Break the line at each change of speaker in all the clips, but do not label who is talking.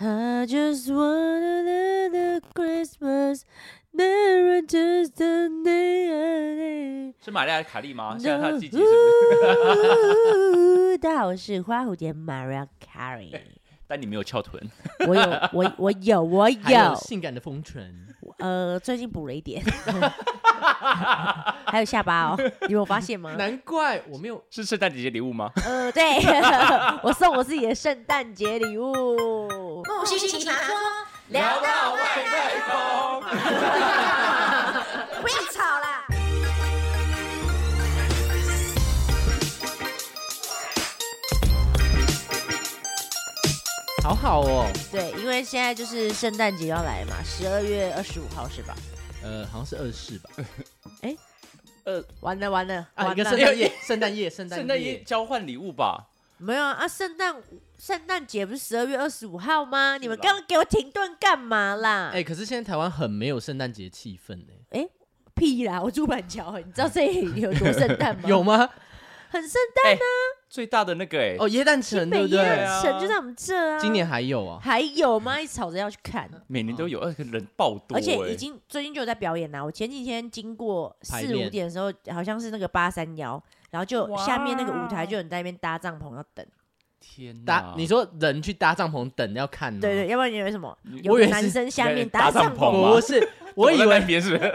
I just want another Christmas, there are just a day I
是玛利亚·凯莉吗？
need.
现在她的季节是不是？
大家好，我是花蝴蝶 Mariah Carey。
但你没有翘臀，
我有，我我有，我
还有
有。
性感的丰唇，
呃，最近补了一点， 还有下巴哦，你有发现吗？
难怪我没有
是圣诞节礼 物吗？
呃，对，我送我自己的圣诞节礼物。
木须奇葩说，聊到外太 空，不要吵啦！
好好哦，
对，因为现在就是圣诞节要来嘛，十二月二十五号是吧？
呃，好像是二世吧，
完了完了，
啊，
完
一个
了
圣诞夜，圣 诞夜，圣
圣
诞
诞夜
夜，
交换礼物吧？
没有啊？啊圣诞圣诞节不是十二月二十五号吗？你们
啦
刚刚给我停顿干嘛啦？
哎，可是现在台湾很没有圣诞节气氛哎，
屁啦！我住板桥，你知道这里有多圣诞吗？
有吗？
很圣诞，
最大的那个哎、
哦，耶诞城对
北啊
不
耶诞
对？
城就在我们这啊。
今年还有啊，
还有吗？一直吵着要去看，
每年都有，而且人爆多、哎
而
欸
且已经最近就有在表演啦。啊我前几天经过
排
四
练
五点的时候，好像是那个八三幺，然后就
哇
下面那个舞台就有人在那边搭帐篷要等。
天哪
搭，你说人去搭帐篷等要看吗？
对对，要不然你以为什么？
你
有
嗯我以
个
为
男
是
生下
在
面
搭
帐
帐篷吗
不是， 我以
怎么在
为
那边 是不是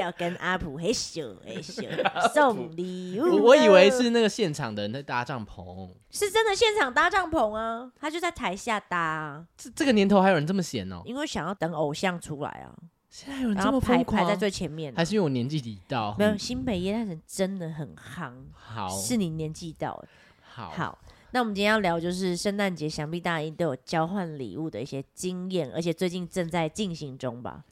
要跟阿普嘿咻嘿咻 送礼
我
物。
我以为是那个现场的人在搭帐篷，
是真的现场搭帐篷啊，他就在台下搭啊，
这这个年头还有人这么闲哦？
因为想要等偶像出来啊，
现在有人
然
这
后
么
排
疯
排
狂
在？最前面啊、
还是因为我年纪已到？
没有，新北夜诞城真的很夯，
好，
是你年纪到了。
好，
好，那我们今天要聊就是圣诞节，想必大家一定都有交换礼物的一些经验，而且最近正在进行中吧？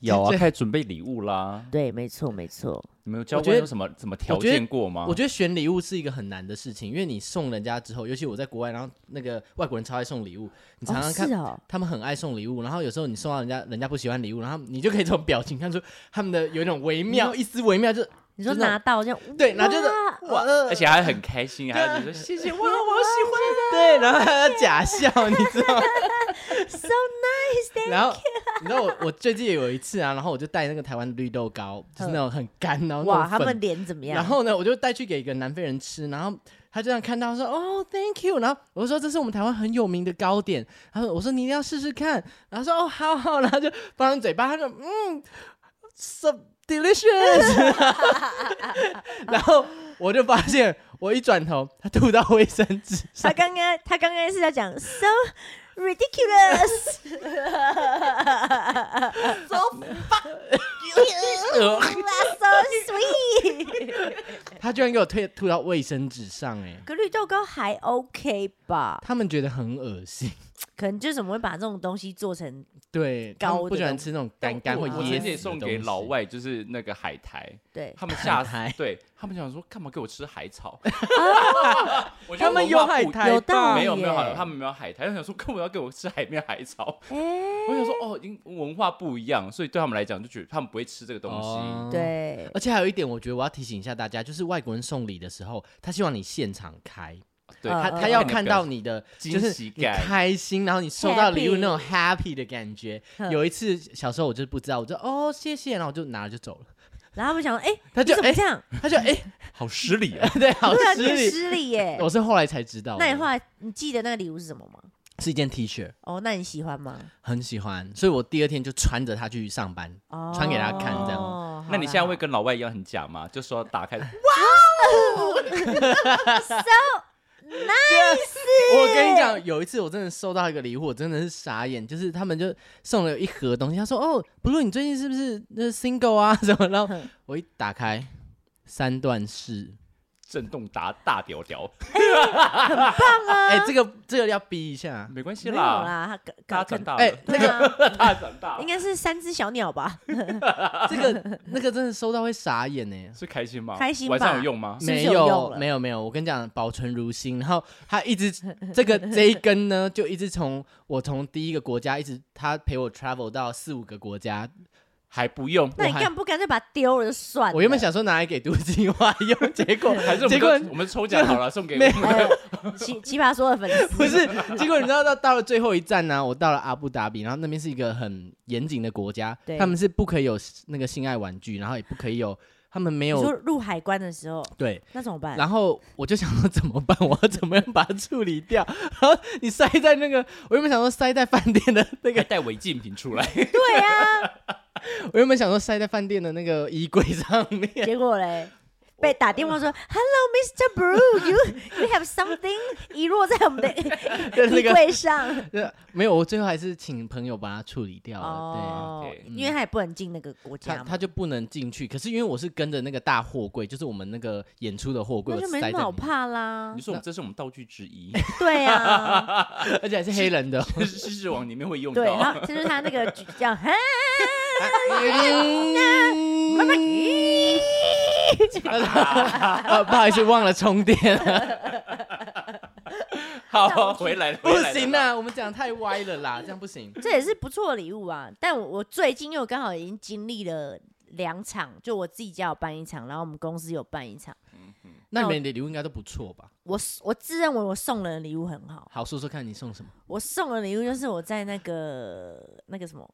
有啊，
这
开始准备礼物啦。
对，没错，没错。
你们有交
我觉
换
得
有什么怎么条
我觉得
件过吗？
我觉得选礼物是一个很难的事情，因为你送人家之后，尤其我在国外，然后那个外国人超爱送礼物，你常常看、
哦是哦，
他们很爱送礼物，然后有时候你送到人家，人家不喜欢礼物，然后你就可以从表情看出他们的有一种微妙，一丝微妙，就是
你说
真的
拿到这样，
对，然后就是
哇
哇，呃
而且还很开心，啊还有
对
你说
谢谢哇，我喜 欢，对，然后还要假笑，你知 道吗
So
nice，然后你知道我我最近有一次啊，然后我就带那个台湾的绿豆糕，就是那种很干，然后那种
哇，他
粉
们脸怎么样？
然后呢，我就带去给一个南非人吃，然后他就这样看到说：“哦，thank you。”然后我就说：“这是我们台湾很有名的糕点。”然后我说：“你一定要试试看。”然后说：“哦，好好。”然后就放上嘴巴，他就嗯，so delicious。然 后我就发现，我一转头，他吐到卫生纸上
他。刚刚他刚刚是在讲 so ridiculous，
呃
you are so sweet。
他居然给我吐吐到卫生纸上、哎，
可绿豆糕还 OK 吧？
他们觉得很恶心。
可能就怎么会把这种东西做成？
对，他们
糕
不
的
喜欢
东
吃那种干干
我
会
啊我曾
噎死
经也
的
送给
东
老
西
外，就是那个海苔，
对，
他们吓
海苔
死，对他们想说干嘛给我吃海 草？
啊
我觉得
他们
文
有
化
海
不一
苔
有
吧
道
没有
理
没有
哦耶
海，他们没有海苔，他想说干嘛要给我吃海面海草？
哎、
我想说哦，因 文化不一样，所以对他们来讲就觉得他们不会吃这个东西。
哦
对，
而且还有一点，我觉得我要提醒一下大家，就是外国人送礼的时候，他希望你现场开，
对
嗯
他
嗯
他要看到你的，
嗯
就是
惊喜
你
感
开心，然后你收到礼物
Happy
那种 happy 的感觉。
嗯
有一次小时候我就不知道，我就哦谢谢，然后我就拿了就走了。
然后他们想说，哎、
他
你
就
怎么
哎
这样？
他就哎，
好失礼啊！
对，好
对啊，
失
你很
礼。
失礼耶。
我是后来才知道的，
那你后来你记得那个礼物是什么吗？
是一件 T 恤，
哦，那你喜欢 吗？
很喜欢，所以我第二天就穿着它去上班。
哦，
穿给他看这样
哦
那你现在会跟老外一样很假吗？就说打开，
我跟你讲，有一次我真的收到一个礼物，我真的是傻眼，就是他们就送了一盒东西，他说：“哦，不露，你最近是不是那 single 啊什么？”然后
哼
我一打开，三段式，
震动打大屌屌，
哎、这个这个要逼一下，
没关系
没有啦
啦，，
他可
大家
可
长大
哎
了，
对 啊，
大家长大了
应该是三只小鸟吧？
这个那个真的收到会傻眼呢、
是开心吗？
开心吧
晚上有用吗？
是不是
没
有用
有
了
没有没有，我跟你讲，保存如新。然后他一直这个这一根呢，就一直从我从第一个国家一直他陪我 travel 到四五个国家，
还不用，
那你
我还
干不干脆把它丢了就算了？
我原本想说拿来给杜金花 用，结果
还是我
结
们
果
都我们抽奖好了，送给
没
我
哎
们。
呦奇奇葩说的粉丝
不是，结果你知道到到了最后一站呢、我到了阿布达比，然后那边是一个很严谨的国家
对，
他们是不可以有那个性爱玩具，然后也不可以有，他们没
你说哎
有
入海关的时候，
对。
那怎么办？
然后我就想说怎么办？我要怎么样把它处理掉？然后你塞在那个，我原本想说塞在饭店的
还
那
哎
个，
带违禁品 出来，
对啊 呀、
我原本想说塞在饭店的那个衣柜上面。
结果嘞，被打电话说 “Hello, Mr. Blue, you you have something 遗落在我们的
就是 那
衣
个
柜上。
呃没有，我最后还是请朋友把它处理掉了。对。嗯
哦
OK，
因为他也不能进那个国
他
家嘛
他，就不能进去，可是因为我是跟着那个大货柜，就是我们那个演出的货柜，
那
我
就
塞
没
在
什么好
里面，
怕啦
你。说我们这是我们道具之 一，
对啊，
而且还是黑人的。
就是狮子王里面会用
对，然
到。
啊
后这就是他那个举这样，哈
呃，不好意思，忘了充电了，
好，回来了，
不
回来了
行啊，我们讲太歪了啦，这样不行。
这也是不错的礼物啊。但我我最近又刚好已经经历了两场，就我自己家有办一场，然后我们公司有办一场。
那你们的礼物应该都不错吧？
我我自认为我送人的礼物很好，
好，说说看你送什么？
我送的礼物就是我在那个那个什么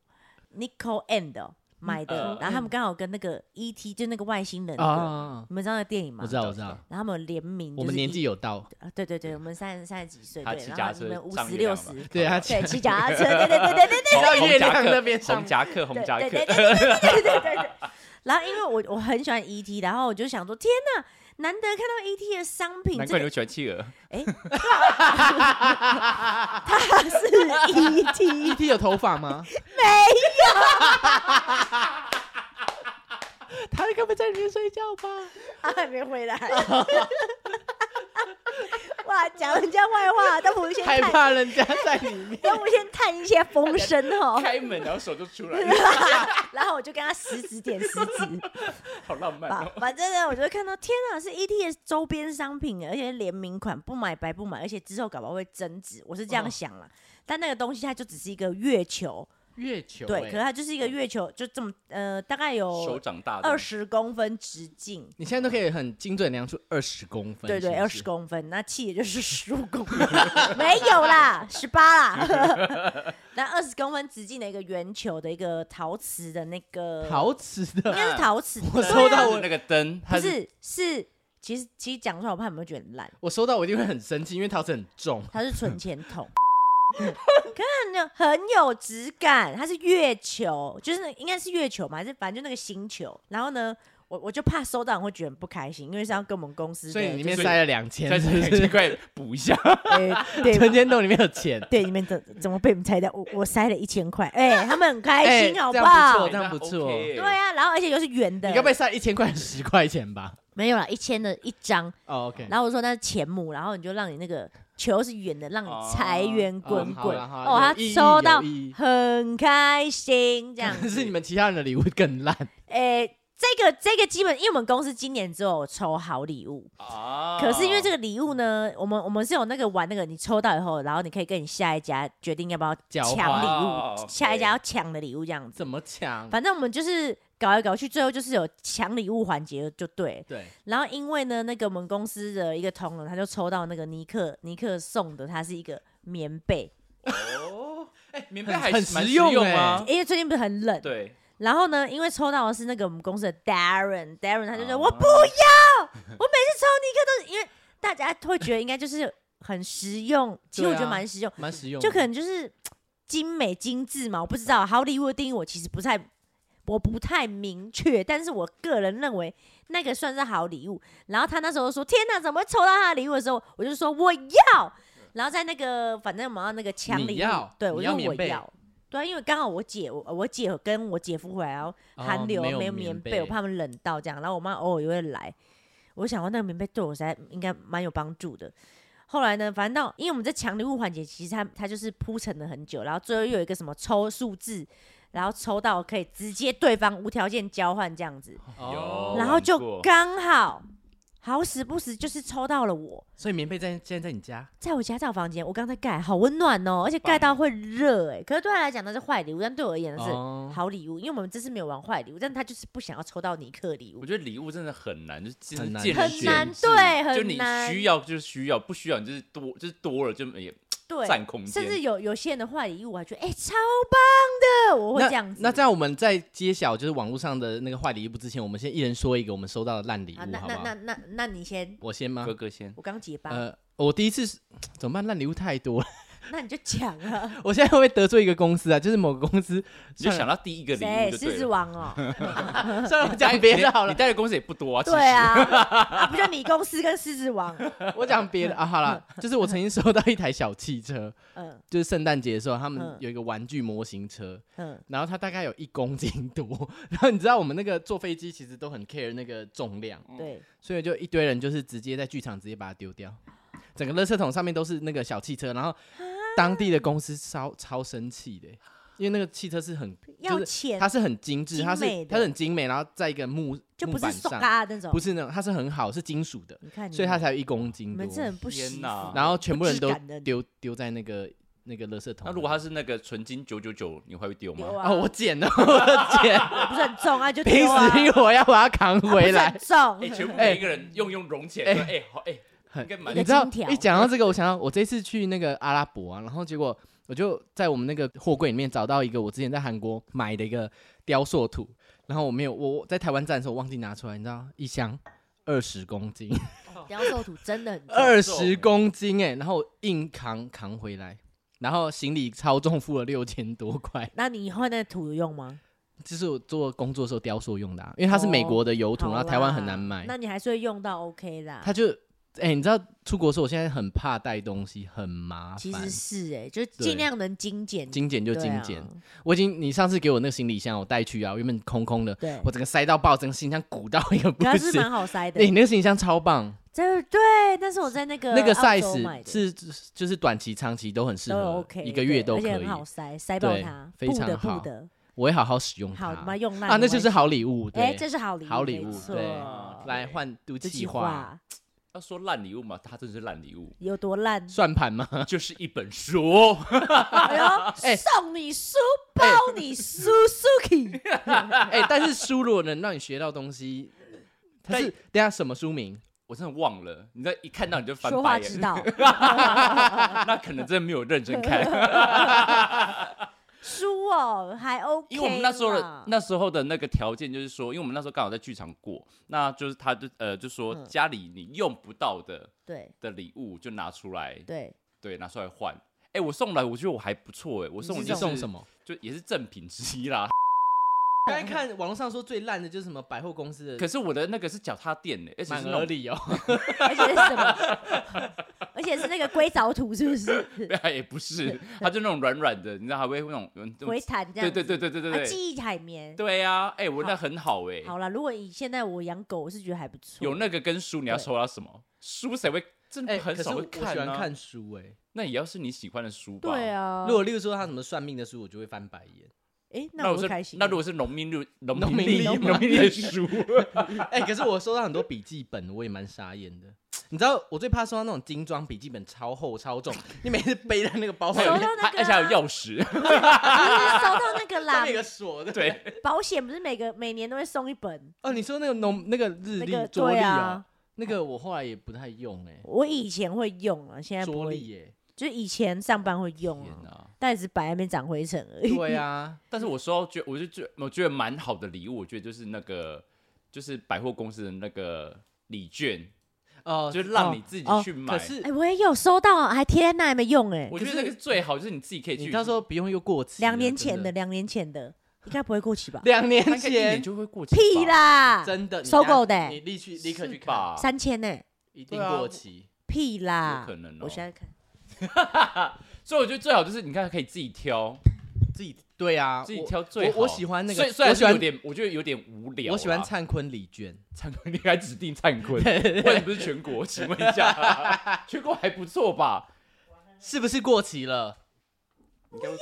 Nicole End 哦买的，
Nicole
然后他们刚好跟那个 E.T. 就那个外星人那个
啊，
你们知道那个电影吗？
我知道，我知道，
然后他们有联名，
我们年纪
有
有到，
对对对，我们三三十几岁，
他
对，
骑脚
然
踏
后你
车
们五
上
十
月
六
亮
十
嘛，
对他
对，骑脚踏车，对对对对对对
红
到
红
月
夹
亮
克
那边上
红夹克，红夹
对对对
克，
对对对对对。然后因为我我很喜欢 E.T.，然后我就想说，天哪，难得看到 E.T. 的商品，
难
这
怪你
个
会喜欢 企鹅。
它是 E.T.
E.T. 有头发吗？没有。他该不会在里面睡觉吧？
他还没回来。哇，讲人家坏话，都不先
害
探，。
怕人家在里面
都不先探一些风声哦。
开门，然后手就出 来，
然后我就跟他十指点十指，
好浪漫
反
哦。
反正呢，我就看到天啊，是 ET 的周边商品，欸而且是联名款，不买白不买，而且之后搞不好会增值，我是这样
嗯
想啦。但那个东西它就只是一个月球，
月球
对，
欸
可是它就是一个月球，就这么呃，大概
手
有
掌大的，
二十公分直径，
你现在都可以很精准量出二十公分，
对对，
是不
二
是
十。公分，那气也就是 十五公分，没有啦，十八啦。 那二十公分直径的一个圆球的一个陶瓷的那个，
陶瓷
呃应
的，
该是陶瓷的，
我
对
收
啊
到我
那个灯，
不
它是
是是，其实其实讲出来，我怕你们会觉得很烂，
我收到我一定会很生气，因为陶瓷很重。
它是存钱 筒。看呢，很有质感，它是月球，就是应该是月球嘛，还是反正就那个星球。然后呢，我我就怕收到人会觉得很不开心，因为是要跟我们公司的，
所以你里面
所以
塞了两千，
但
是
是
不
这
是
块补一下，
哎 对，
存钱洞里面有钱
对，你们怎怎么被我们猜到？我我塞了一千块，哎、他们很开
哎
心，好
这
不
样
好？
不错这样不错哦
哎
对，啊，然后而且又是圆的，
你该不会塞一千块十块钱吧？
没有啦，一千的一张，
哦，OK，
然后我说那是钱母，然后你就让你那个球是圆的，让
哦
你财源滚
哦好
滚。
啦好啦
哦，他
有意义
收到
有意义
很开心，这样
可 是你们其他人的礼物更烂，
哎、这个这个基本，因为我们公司今年只有抽好礼物，
啊
可是因为这
个
个礼物呢，我们我们是有那个玩那个，你抽到以后，然后你可以跟你下一家决定要不要
交
抢
换
礼
哦
物，下一家
，OK
要抢的礼物这样子。
怎么抢？
反正我们就是搞来搞去，最后就是有抢礼物环节就对了。
对，
然后因为呢，那个我们公司的一个同仁，他就抽到那个尼克尼克送的，它是一个棉被，
哦，哎，棉被还
很
蛮
实
实
用
用
哎
啊，
因为最近不是很冷。
对，
然后呢，因为抽到的是那个我们公司的 Darren，Darren 他就说、
哦
啊
我不要，我每次抽尼克都是因为大家会觉得应该就是很实用，其实我觉得
对啊啊
蛮实用，
蛮实用的，
就可能就是嘖精美精致嘛，我不知道好礼物的定义，我其实不太我不太明确，但是我个人认为那个算是好礼物。然后他那时候说：“天哪，怎么会抽到他的礼物的时候，我就说我要。”然后在那个反正我们要那个抢
你
礼物
要，
对
你
我
要
说我
棉被
要。对啊，因为刚好我姐我我姐跟我姐夫回来，然后
哦
寒流、
没有
没有
棉
棉被，
被
我怕他们冷到这样。然后我妈偶尔也会来，我想说那个棉被对我实在应该蛮有帮助的。后来呢，反正到因为我们在抢礼物环节，其实它它就是铺陈了很久，然后最后又有一个什么抽数字，然后抽到可以直接对方无条件交换这样子，
哦
有
然后
玩过
就刚好好死不死就是抽到了我，
所以棉被在现在在你家，
在我家在我房间，我刚才盖，好温暖哦，而且盖到会热哎、可是对他来讲那是坏礼物，但对我而言那是
哦，
好礼物，因为我们这次没有玩坏礼物，但他就是不想要抽到尼克礼
我
物，
觉得礼物真的很难，就是真的
很难
见仁
很
见
难，
智
对，
就
很
你
难，
需要就是需要，不需要你就是多就是多了就也
对，
占空间。
甚至有有些人的坏礼物，我还觉得哎、超棒的，我会
那
这样子。
那在我们在揭晓就是网络上的那个坏礼物之前，我们先一人说一个我们收到的烂礼物，
啊，那
好不
那那
好？
那那你先，
我先吗
哥？哥先，
我刚结巴，
呃，我第一次是怎么办？烂礼物太多了，
那你就讲啊，
我现在会不会得罪一个公司啊？就是某个公司，
你就想到第一个礼
谁
物就
狮
对
子
了。
王 哦，
算了，我讲别的好
哎你
了，
带的公司也不多啊，其实
对啊，啊不就你公司跟狮子王，
我讲别的啊，好了，就是我曾经收到一台小汽车，
嗯
就是圣诞节的时候，他们
嗯
有一个玩具模型车，
嗯，
然后它大概有一公斤多，然后你知道我们那个坐飞机其实都很 care 那个重量，
对，
所以就一堆人就是直接在剧场直接把它丢掉，整个垃圾桶上面都是那个小汽车，然后当地的公司超超生气的，因为那个汽车是很
要
就是
钱
它是很精致，
精
它是
美的
它是很精美，然后在一个木
就
木
不是
板
塑
上，
嘎那种，
不是那种，它是很好，是金属的，
你看你，
所以它才有一公
你
斤多
们。这很不惜
天哪
然后全部人都
不知感恩
丢丢在那个那个垃圾桶。
那如果它是那个纯金九九九，你会会丢吗？
丢啊，
哦，我捡了，我捡，
不是很重啊， 就
拼
丢啊
死拼活要把它扛
啊不是
回来
很。重
哎，， 全部每一个人用用融起来，说哎好哎，应该蛮
一个
你知道
金条
一讲到这个，我想到我这次去那个阿拉伯啊，然后结果我就在我们那个货柜里面找到一个我之前在韩国买的一个雕塑土，然后我没有我我在台湾站的时候忘记拿出来，你知道一箱二十 公斤，
雕塑土真的很重，欸
二十公斤哎、然后我硬扛扛回来，然后行李超重，付了六千多块，
那你以后那土有用吗？
这是我做工作的时候雕塑用的、啊，因为它是美
哦
国的油土，
好
然后台湾很难买
啦，那你还是会用到 OK 啦。
它就哎、你知道出国的时候，我现在很怕带东西，很麻
其
烦
实。是哎、就是
对
尽量能精简，
精简就
对
精
啊
简，我已经，你上次给我那个行李箱，我带去啊，我原本空空的，
对，
我整个塞到爆，整个行李箱鼓到一个不
可是
行。
蛮好塞的
哎、。 你那个行李箱超棒，
这对，但是我在那个
那个
澳洲
size
买的
是就是短期、长期都很适
都
合
OK，
一个月都
对
可
而且
以
很。好塞，塞爆
对
它，
非常
布的
好
布的，
我会好好使用它。
好他妈用烂
啊，
没
那就
关
是
系
好礼物，对，
哎，这是好礼物，
好礼
没
物
错
对
啊
来换毒
这
气
句
话，
话，
要说烂礼物嘛，它真的是烂礼物
有多烂？
算盘吗？
就是一本书。
哎
哎
呦，送你书包，
哎
你书 Suki，
哎、但是书如果能让你学到东西，它是等一下什么书名？
我真的忘了，你在一看到你 就 翻
说
白
话之
眼，
道，
那可能真的没有认真看，
书哦还 OK，
因为我们那时候的
啦
那时候的那个条件就是说，因为我们那时候刚好在剧场过，那就是他就呃就说
嗯
家里你用不到的
对
的礼物就拿出来，
对，
对，拿出来换。哎，我送来我觉得我还不错哎，我送
你
就是
送什？么？
就也是正品之一啦。
刚才看网络上说最烂的就是什么百货公司的，
可是我的那个是脚踏垫哎，而且
蛮
是那
合
种
理哦。
而且是什么？ 而且是那个硅藻土，是不 是？
也不是，它就那种软软的，你知道还会那种那
回
种
弹这样
对
子，
对对对对对
啊
对，
记忆海绵。
对呀，哎，我那很好哎，
好啦，如果以现在我养狗，我是觉得还不错。
有那个跟书，你要
对
抽到什么书？谁会？真的很
哎可是
少
我
会
我喜
啊
欢看书哎、
那也要是你喜欢的书吧。
对，啊，
如果例如说他什么算命的书，我就会翻白眼。
哎，
那
我
是
会开心。
那如果是农民历农
农
民
民
历
历
农民历 的书，
哎、可是我收到很多笔记本，我也蛮傻眼的。你知道我最怕收到那种精装笔记本，超厚超重，你每次背在那个包包
还
里
有
收
面，
到那
它
个
而且还有
啊
钥匙，
你啊是收到那个
上
啦
面，有个锁的。
对，
保险不是每个每年都会送一本
哦，你说那个农那个日
那
历、
个
桌历
对
哦、
啊，
那个我后来也不太用哎、
我以前会用啊，现在不
桌
会
历，欸耶、
就是以前上班会用
天
啊，
哪！
但只摆在那边长灰尘而已。
对啊，
但是我收到觉，我就觉我觉得蛮好的礼物，我觉得就是那个就是百货公司的那个礼券，
哦、
就是让你自己
哦
去买
可。是
哎，我也有收到，还贴在那还没用哎，
我觉得那个是最好，就是你自己可以去。
你到时候不用又过期了，
两年前
真
的，
的，
两年前 的，应该不会过期吧？
两年
它应该一年
前
就会过期吧，
屁啦，
真的你
收
等下
购的欸
你立去立刻去
是
看，
吧，
三千呢，
一定
对啊
过期。
屁啦
有，可能哦
我。现在看，
所以我觉得最好就是你看可以自己挑，
自己对啊，
自己
我
挑最好。
我我喜欢那个
虽虽然
我喜欢
有点，啊我觉得有点无聊啦。
我喜欢灿坤礼券，
灿坤，你还指定灿坤？ 为什么不是全国？请问一下， 全国还不错吧？
是不是过期了？
不要，
再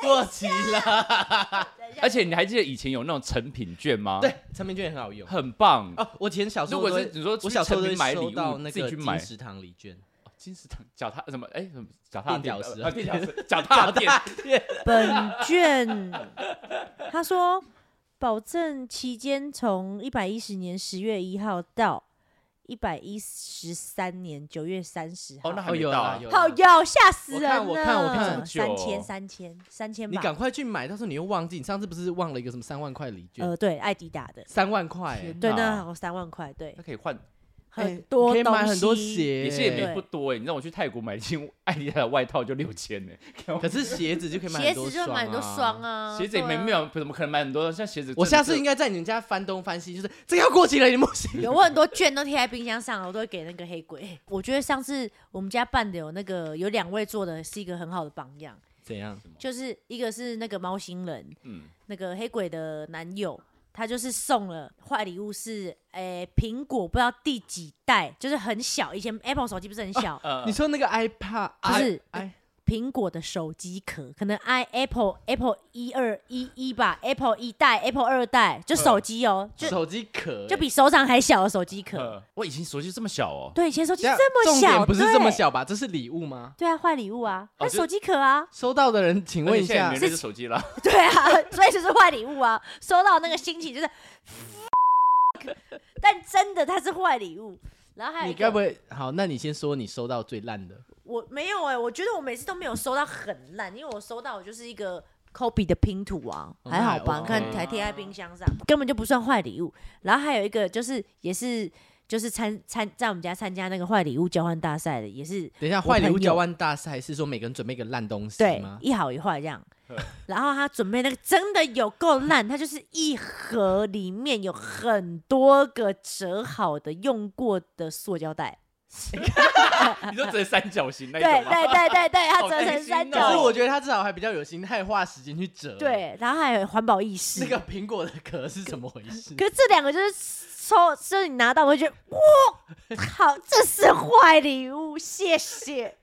过期了。
而且你还记得以前有那种成品券吗？，
对，成品券也很好用。
很棒。
哦，我以前小时
如
候
果
都会，
是你说
我
去
小时候
成
都
品
会
买
收
礼
到
物，
那
自己
个
去买
金石堂礼券，
哦金石堂脚踏什么？哎，什么脚踏
垫
垫
脚石
呃啊，垫脚石，脚
大
踏垫。
本卷，他说保证期间从一百一十年十月一号到一百一十三年九月三十号。
哦，那还
哦
没
有
到
啦
啊
有啦
好有吓死
我
人了！
看我看我看
这么久
三千三千三千
哦你
吧。
赶快去买，到时候你又忘记。你上次不是忘了一个什么三万块礼券？
呃，对，艾迪达的，
三万块、欸
天
对，那
哪
好三万块，对
那，可以换，
哎
很多
可以
东
买很多
西
鞋，
也是也没
对
不多哎。你让我去泰国买一件艾迪达的外套就六千欸呢，
可是鞋子就可以买
鞋
很多
子就
双、啊，
买很多双。啊，
鞋子也没
对啊
没。有，怎么可能买很多？像鞋子，
我下次应该在你们家翻东翻西，就是这个要过期了，你们不行。
有我很多券都贴在冰箱上，我都会给那个黑鬼。 我觉得上次我们家办的有那个有两位做的是一个很好的榜样，
怎样？
就是一个是那个猫星人，
嗯，
那个黑鬼的男友，他就是送了坏礼物是诶苹果不知道第几代，就是很小，以前 Apple 手机不是很小，
呃
你，说那个 iPad
不是
i
苹果的手机壳，可能 i Apple Apple 一二一一吧，Apple 一代，Apple 二代，就手机哦，就
手机壳欸，
就比手掌还小的手机壳。
呃我以前手机这么小哦，
对，以前手机
等一下
这么
重点
小，
不是这么
对。
小吧？这是礼物吗？
对啊，坏礼物啊，
哦
他
就
手机壳啊，
收到的人，请
因
问
为
一
现在也没
下
人，这手机了，
对啊，所以就是坏礼物啊。收到那个心情就是， 但真的它是坏礼物。然后还有
你
一
该不
个，
会好？那你先说你收到最烂的，
我没有哎、我觉得我每次都没有收到很烂，因为我收到的就是一个 Kobe 的拼图啊，
哦
还好
那还
吧，看
OK
还贴在冰箱上，根本就不算坏礼物。然后还有一个就是也是就是参参在我们家参加那个坏礼物交换大赛的，也是
等一下
我
坏礼
朋
物交
友
换大赛是说每个人准备一个烂东西
对
吗？
一好一坏这样
呵。
然后他准备那个真的有够烂， 它就是一盒里面有很多个折好的用过的塑胶袋，
你说折三角形那
对
一种啊
对
吗？
对对 对，它
哎好
折
担
成
心
三
哦
角
可是
形。
我觉得他至少还比较有心，他也花时间去折。，
对，然后还有环保意识。
那个苹果的壳是怎么回事
可？是这两个就是抽，就是你拿到，我就觉得哇，好，这是坏礼物，谢谢，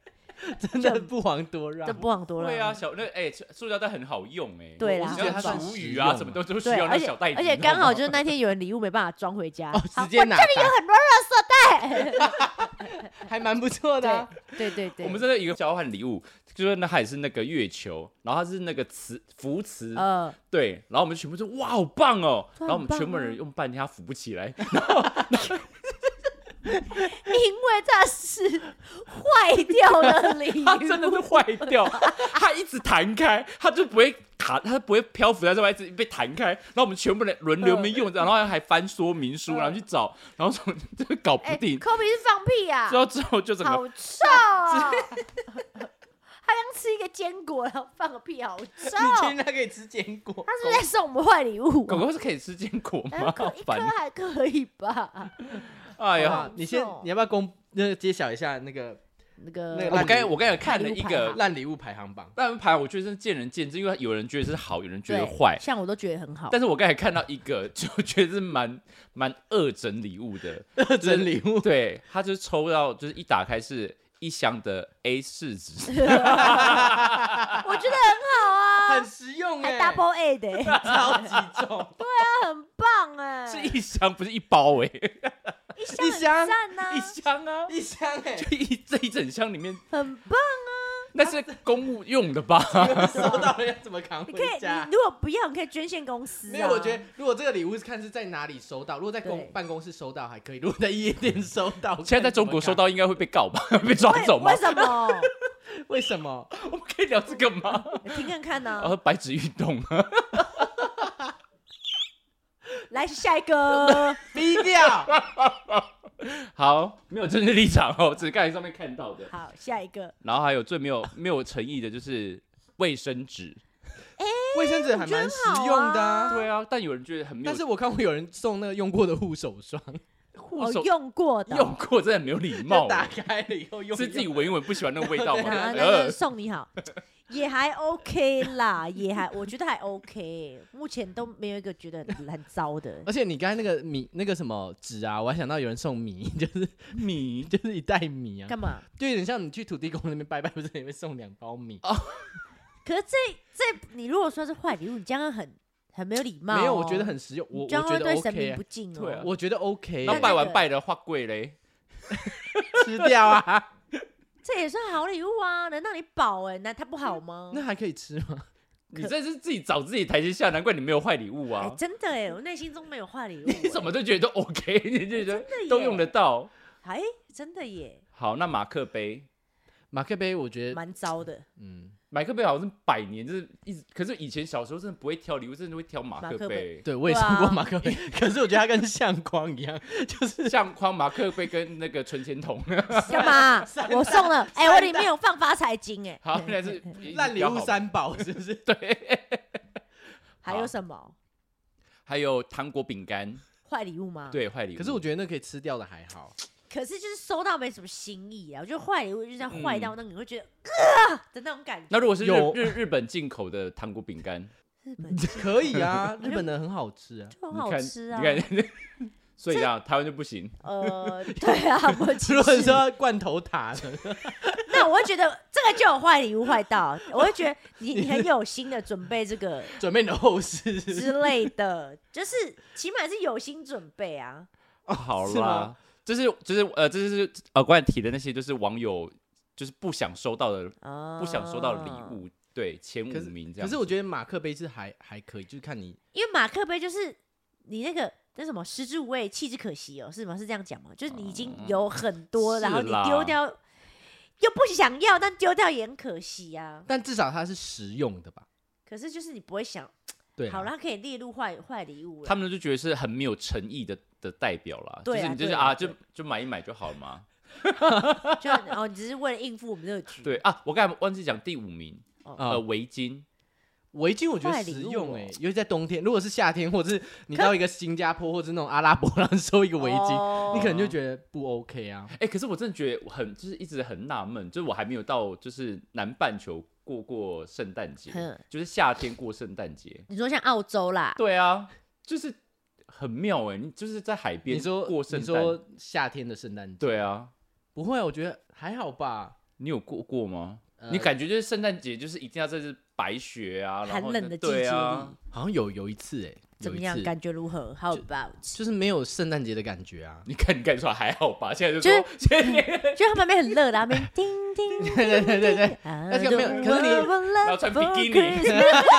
真的不遑多让
这。不遑多让。
对啊，小那哎，塑料袋很好用哎，
对啦
你
我
是觉得
像
它算
厨余
实
啊
用
什么都都需
对，
要那
而且
小袋子，
而且
你知道
刚好
吗
就是那天有人礼物没办法装回 家，
哦，
好
直接拿到，
很多
还蛮不错的啊。
欸对对对对，
我们真的一个交换礼物，就是那还是那个月球，然后它是那个磁浮磁，
呃，
对，然后我们全部说哇好棒哦，
这很
然后我们
棒
全部
啊
人用半天它浮不起来，
因为这是坏掉的 礼
它真的
物，
是坏掉， 它一直弹开，它就不会弹，它不会漂浮在上面，一直被弹开，然后我们全部人轮流没
呃
用着，然后还翻说明书，然后去找，然后说就搞不
哎
定，
科比是放屁啊
之，后之后就整个
好臭 啊！他刚吃一个坚果，然后放个屁，好臭！
你
他
竟然可以吃坚果，
是不是在送我们坏礼物啊？
狗狗是可以吃坚果吗？好
哎一颗
烦，
还可以吧？
哎
好
呀
吧，
你先
送，
你要不要公那个揭晓一下那个
那个
那个
我
烂
刚才
礼物
我刚才有看了一
坏礼物排
个
行
烂礼物排 行榜？
但牌我觉得是见仁见智，因为有人觉得是好，有人觉得
对
坏。
像我都觉得很好。
但是我刚才看到一个，就觉得是蛮蛮恶整礼物的，恶
整礼物
对，他就是抽到，就是一打开是一箱的 A 四纸，
我觉得很好
很
啊，
实用
还
哎，
double A 的欸，
超级重，
他很棒哎，
是一箱，不是一包哎、
一
一
很
箱
赞呐
一，箱啊，
一箱哎，
就一这一整箱里面，
很棒啊！
那是公务用的吧？
收到了要怎么扛
你可以，
回家
你？如果不要，你可以捐献公司啊。
没有，我觉得如果这个礼物是看是在哪里收到，如果在
对
公办公室收到还可以，如果在夜店收到，
现在在中国收到应该会被告吧？被抓
为
走吗
为？什么？
看怎么扛，为什么？
我们可以聊这个吗？
你哎听看看呢、
呃，白纸运动啊，
来下一 个，
低调，
好，没有政治立场哦，只是刚才上面看到的。
好，下一个。
然后还有最没有没有诚意的就是卫生纸。
卫生纸还蛮实用的啊。
对啊，但有人觉得很没有，
但是我看过有人送那个用过的护手 霜，
护
我
手、
哦用过的，
用过真的很没有礼
就
貌，欸
打开了以后用一用，
是自己闻一闻不喜欢那个味 道吗？
啊，那
呃
个送你 好，也还 OK 啦，也还我觉得还 OK，目前都没有一个觉得很很糟 的。
而且你刚才那个米那个什么纸啊，我还想到有人送米， 就是
米
就是一袋米啊，
干嘛？
就有点像你去土地公那边拜拜，不是也会送两包米？
可是这这，你如果说是坏礼物，你这样很很没有礼貌、哦
没有，我觉得，很实用，我我
这样
觉
会
得
对神
OK，
明
啊
不敬哦、
对啊
我觉得 OK，
那
那
拜
个
完拜的话贵嘞，
吃掉啊，
这也算好礼物啊，能让你饱哎、那它不好吗？
那还可以吃吗？
你这是自己找自己台阶下，难怪你没有坏礼物
哎、
啊。
真的哎、我内心中没有坏 礼物、
你怎么都觉得都 OK，你 就觉得
耶
都用得到。
哎、真的耶，
好，那马克杯，
马克杯，我觉得，
蛮糟的。
嗯，
马克杯好像是百年，就是一直。可是以前小时候真的不会挑礼物，真的会挑马
马
克
克
杯
杯、
对我也
对
送
啊
过马克杯， 可是我觉得它跟相框一样， 就是
相框、马克杯跟那个存钱筒。
干 嘛？我送了，哎、我里面有放发财金哎、
好，那是
烂礼
比较
物
好
三宝，是 不是？
还有什么
还有糖果、饼干，
坏礼物吗？，
对，坏礼物。
可是我觉得那可以吃掉的还好，
可是就是收到没什么新意啊。我觉得坏礼物就是要坏到那个你会觉得、啊的那种感觉。
嗯那如果是日
有
日日本进口的糖果饼干，
日本
可以 啊，日本的很好吃啊。
就很
你
好
看，
吃啊。
你看， 所以这样台湾就不行。
呃，对啊，我其
如果
实
说罐头塔呢？
那我会觉得这个就有坏礼物坏到，我会觉得 你你很有心的准备这个
准备你的后 事是不是
之类的，就是起码是有心准备啊。
好
是
啦
吗，
这是就是呃，这是呃，刚才提的那些，就是网友就是不想收到的，
啊
不想收到的礼，物，对前五
啊可是
名这样
可
子。
是我觉得马克杯是还还可以，就是看你
因为马克杯就是你那个那什么食之无味，弃之可惜哦，是吗？是这样讲吗？就是你已经
嗯
有很多，
是
然后你
啦
丢掉又不想要，但丢掉也很可惜啊。
但至少它是实用的吧？
可是就是你不会想，
对啊，
好了，它可以列入坏坏礼物了
他。们就觉得是很没有诚意的的代表啦，就
对啊
是你就是
对啊
啊，
对
就就买一买就好了嘛。
就哦，你只是为了应付我们这个 局。
对啊，我刚才忘记讲第五名，
嗯啊
呃，围巾，
围巾我觉得
哦
实用哎、尤其在冬天。如果是夏天，或者是你到一个新加坡，或者是那种阿拉伯，然后收一个围巾，
哦
你可能就觉得不 OK 啊。
哎、可是我真的觉得我很就是一直很纳闷，就是我还没有到就是南半球过过圣诞节
哼，
就是夏天过圣诞节。
你说像澳洲啦，
对啊，就是很妙哎、你就是在海边
你说
过圣
你
诞，
说夏天的圣诞节，
对啊，
不会，我觉得还好吧。
你有过过吗？
呃
你感觉就是圣诞节就是一定要在这白雪啊，然
寒
后
冷
那
的季
对
节
啊
里，
好像有有一次哎、
怎
有
么
一
样？
次
感觉如何？How about？
就是没有圣诞节的感觉 啊。
你看你看出来还好吧？现在就
就是
说现在
就他们那边很热的，那边叮叮 啊叮，
对对对对，
而
而且没有可是你
然
后穿比基尼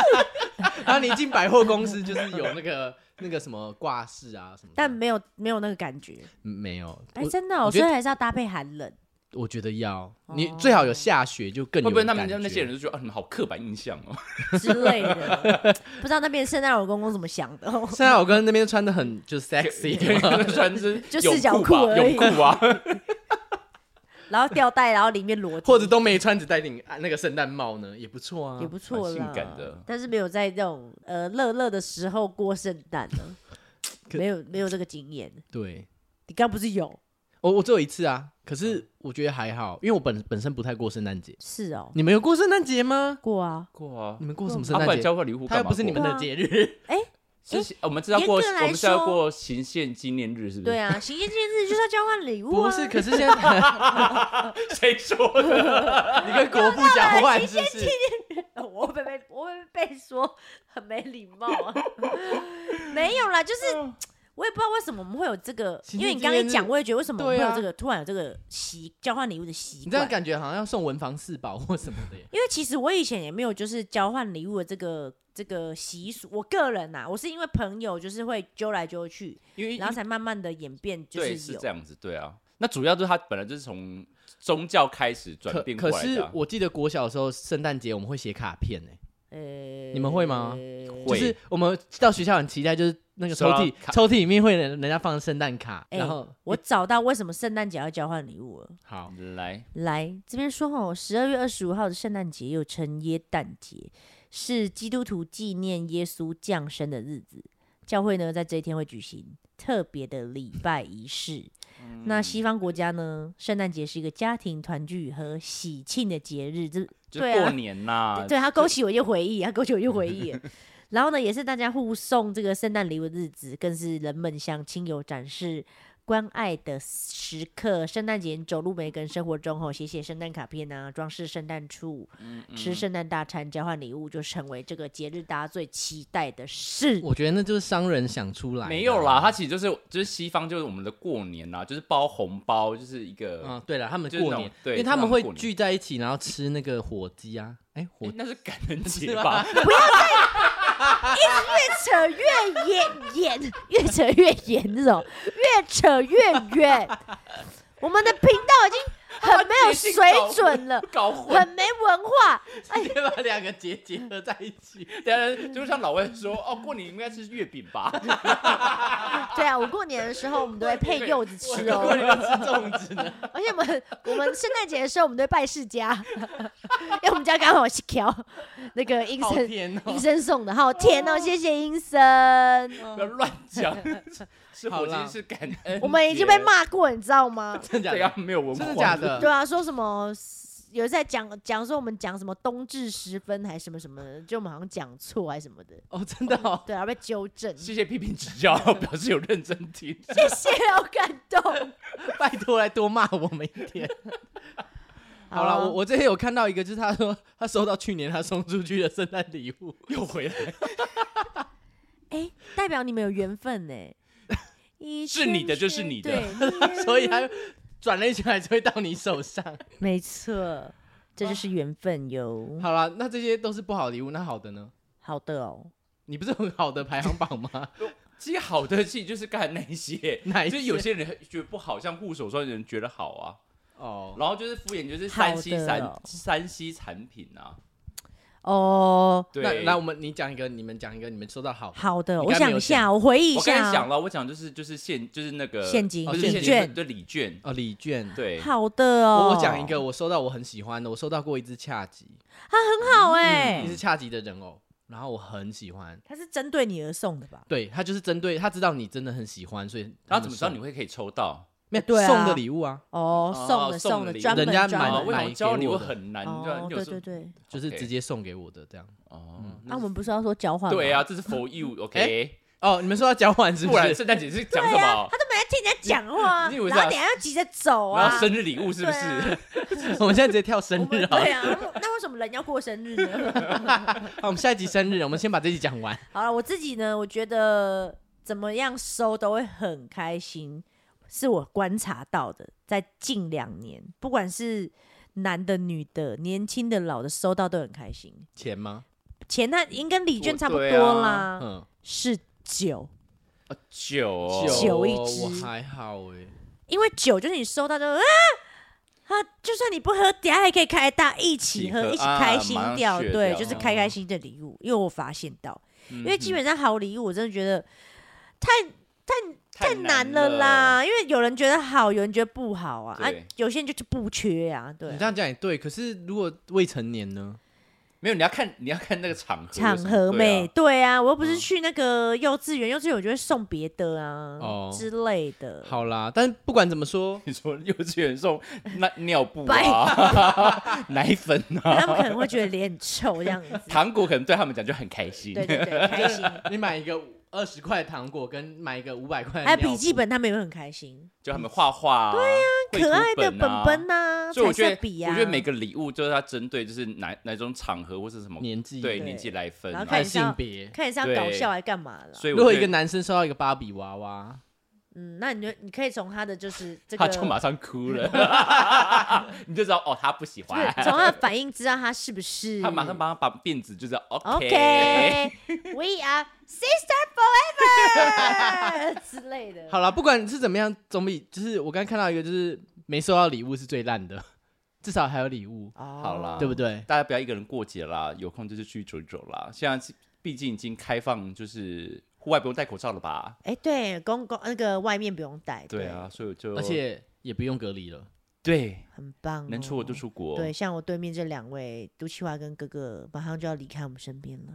然后你进百货公司就是有那个 那个什么挂饰啊什么的，
但没有没有那个感觉。
嗯没有，
哎，
我
真的哦，
我
所
觉
以
得
还是要搭配寒冷。
我觉得要你
哦
最好有下雪就更有
会不会他
感
们
觉
那 些人就觉得啊，你们好刻板印象哦？
之类的，不知道那边圣诞老公公怎么想的、哦。
现在我跟那边穿的很 就 sexy 嘛，
穿是
就
泳
四角
裤吧，
裤而
泳
已
裤啊，
然后吊带，然后里面裸体，
或者都没穿只戴顶啊那个圣诞帽呢，也不错啊，
也不错啦，
蛮性感的
但是没有在那种呃乐乐的时候过圣诞呢，
可
没有没有这个经验。
对。
你刚不是有？
我我只有一次啊，可是我觉得还好，因为我本本身不太过圣诞节。
是哦，
你们有过圣诞节吗？
过啊。
过啊
你。们过什么圣
他不
诞
然
节？
交换礼物
它
干
又
嘛？
不是你们
过
的
啊
节日，
是是我们知道过，
嗯严格来
我们是要
说
过行宪纪念日，是不是？
对，啊，行天纪念日就是要交换礼物
不
啊。
是？可是现在
谁说的？
你跟国父交换 是不是？
呃 我会被我会被说很没礼貌啊。 没有啦，就是我也不知道为什么我们会有这个，
嗯行
因为
天
你
纪
刚刚
念
一讲，
日
我也觉得为什么我们会
对啊
有这个、突然有这个习交换礼物的习
你这样
惯。
感觉好像要送文房四宝或什么的耶。
因为其实我以前也没有就是交换礼物的这个这个习俗，我个人呐、我是因为朋友就是会揪来揪去，
因为
嗯
然后才慢慢的演变，就
对
有
这样子，对啊。那主要就是他本来就是从宗教开始转
可
变过
可
来
是
的啊。
我记得国小的时候，圣诞节我们会写卡片呢、
呃、
你们会吗就
会
是我们到学校很期待，就是那个
收
抽
到
屉
卡
抽屉里面会人人家放圣诞卡，
哎
然后
我找到为什么圣诞节要交换礼物了。
好
来，
来这边说哦，十二月二十五号的圣诞节又称耶诞节，是基督徒纪念耶稣降生的日子。教会呢在这一天会举行特别的礼拜仪式。
嗯
那西方国家呢，圣诞节是一个家庭团聚和喜庆的节日，这
就是
对
过
啊
年呐、
对他勾起我一些回忆，他勾起我一些回忆。 然后呢，也是大家互送这个圣诞礼物的日子，更是人们向亲友展示关爱的时刻，圣诞节你走入每个人生活中吼，写写圣诞卡片啊，装饰圣诞树，
嗯
吃圣诞大餐，交换礼物，就成为这个节日大家最期待的事。
我觉得那就是商人想出来的，啊
没有啦，它其实就是就是西方就是我们的过年啦，就是包红包，就是一个，
嗯，对了，他们
就是
过
那种
年，因
对
为他们
他们
会
过年
聚在一起，然后吃那个火鸡啊，哎，火
诶 那是感恩节吧？
越扯越远，远越扯越远，这种越扯越远。我们的频道已经很没有水准 了，
搞 混，
很没文化。
鸡把两个节结合在一起，
当然啊就像老外说，哦，过年应该吃月饼吧？
对啊，我过年的时候我们都会配柚子吃哦，
粽子呢？
而且我们我们圣诞节的时候我们都会拜世家， 因为我们家刚好是条那个阴
好
森
甜
阴
哦！
森送的，好甜哦，谢谢阴森。
嗯
不要 乱讲，吃
好
火
啦
鸡是感恩，
我们已经被，骂过，你知道吗？
真的
这
假
样
的？
没有文化，
真的假？的？
对啊，说什么？有在讲讲说我们讲什么冬至时分还是什么什么，就我们好像讲错还是什么的，
哦，真的哦，
对啊，被纠正。
谢谢批评指教，表示有认真听。
谢谢，好感动。
拜托来多骂我们一点。
啊
好了，我我这天有看到一个，就是他说他收到去年他送出去的圣诞礼物，
又回来，
哎、代表你们有缘分呢、 一
是你的就是
圈圈
你的
对你
所以他转了一圈还是会到你手上。
没错，这就是缘分哟。
好了，那这些都是不好的礼物，那好的呢？
好的哦，
你不是有好的排行榜吗？
其实好的其实就是刚才那一些，
哪一些
就是有些人觉得不好，像护手霜的人觉得好啊，
哦，
然后就是敷衍，就是
好的
山西产
哦
山西产品啊，
哦，
那
对，
那我们你讲一个，你们讲一个，你们收 到好的
好的，
你
我
刚才
想
没有
一下，我回忆一
我刚
下
才想
哦。
了，我讲就是就是现就是那个
现金
不是
现
现
金
券
对礼券，
哦，礼券。
对，
好的哦，
我我讲一个，我收到我很喜欢的，我收到过一只恰吉，
很好哎、
嗯
一只恰吉的人偶，然后我很喜欢。
它是针对你而送的吧？
对他就是针对他知道你真的很喜欢，所以
然后怎么知道你
会
会可以抽到？
没有
对啊
送的礼物啊？
哦，
哦
送的
送
送
的
的，
礼物
专门
人家
专
买
啊
门
为什
买
么交
给
流
我的
很难？你知道
哦，
你有
对
时候
对对，
就是直
OK
接嗯送给我的这样。
哦，
那我们不是要说交换吗？
对啊，，这是 for you，OK，
哦，你们说要交换是
不
不
然
是？
圣诞节是
对
讲什
啊
么，
他？都没在听人家讲话啊，
你以为
然后
是啊
等一下又急着走
然
啊
后，生日礼物是不是？
对啊
我们现在直接跳
我
生
们
日啊！
对啊，那为什么人要过生日呢？
好，我们下一集生日，我们先把这集 讲完。
好了，我自己呢，我觉得怎么样收都会很开心，是我观察到的，在近两年，不管是男的、女的、年轻的、老的，收到都很开心。
钱
哦
吗？
钱那应该跟礼券差不多
对啊
啦，
嗯，
是酒，
酒哦
酒一支
我还好
欸
哎。
因为酒就是你收到就啊。啊，就算你不喝，等下还可以开大家一起喝，一
一起
起
喝啊
开心
马上
掉，
血
对，
掉嗯
就是开开心的礼物。因为我发现到，
因
因为基本上好礼物，我真的觉得太太
太
难
了
了啦，因为有人觉得好，有人觉得不好啊，啊
对，
有些人就是不缺啊，对
你
啊
这样讲也对，可是如果未成年呢？
没有，你要看你要看那个场合
场
什么
合
对啊
美，对啊，我又不是
嗯
去那个幼稚园，幼稚园我就会送别的啊、
哦
之类的。
好啦，但不管怎么说，
你说幼稚园送那尿布啊、 奶粉啊、，
他们可能会觉得脸很臭这样子
糖果，可能对他们讲就很开 心。
对对对，开心。
你买一个二十块的糖果，跟买一个五百块的
还有
尿
笔记
布
本，他们也会很开心，
就他们画画、啊，对呀、
可爱的
本啊
本本呐、
所以我
彩
觉
色
得，
笔啊，
我觉得每个礼物就是要针对就是哪哪种场合或是什么
年纪
对
对
年纪来分、
然后
啊。
还有
看一
性
下
别。
看你是要
对
搞笑还干嘛啦。
所以
如果
我觉
一
得
个男生收到一个芭比娃娃，
嗯，那你就你可以从他的就是这个，
他就马上哭了， 你就知道哦，他不喜
不
欢
是，从他的反应知道他是不是
他马上帮他把辫子就知道
OK，we are sister forever 之类的。
好了，不管是怎么样，总比就是我刚看到一个，就是没收到礼物是最烂的，至少还有礼物，
哦
好啦
对不对？
大家不要一个人过节啦，有空就是去走一走啦。现在毕竟已经开放，就是户外不用戴口罩了吧？
哎，对，公公那个外面不用带，
对，啊，所以我就
而且嗯也不用隔离了。
对
很棒哦，
能出国就出国，
对，像我对面这两位杜七华跟哥哥，马上就要离开我们身边了。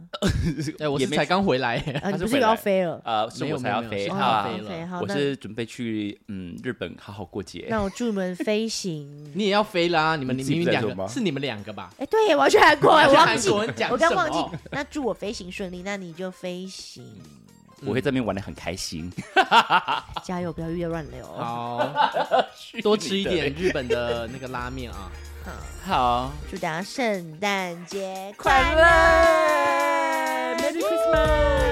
哎，我
也
是
没
才刚回来，
啊，你
是
不是又
回
要
来
飞了？
啊，是
没有
我才要飞
没有没有
哦
是他
啊
飞，了
，OK，好，
我
那
是准备去嗯日本好好过节。
那我祝你们飞行。
你也要飞啦！你们
你
明
自己
明
在
两
做
个
吗
是你们两个吧？
哎，对，我要去韩国，我忘
韩
记，
国人讲
我刚
什
忘
么
记。那祝我飞行顺利，那你就飞行。
我会在那边玩的很开心。
加油，不要遇到乱流。哦
好，
去
多
哦你
吃一
的
点
嘞。
日本的那个拉面啊。
好
祝大家圣诞节快
快
乐
乐，Merry Christmas。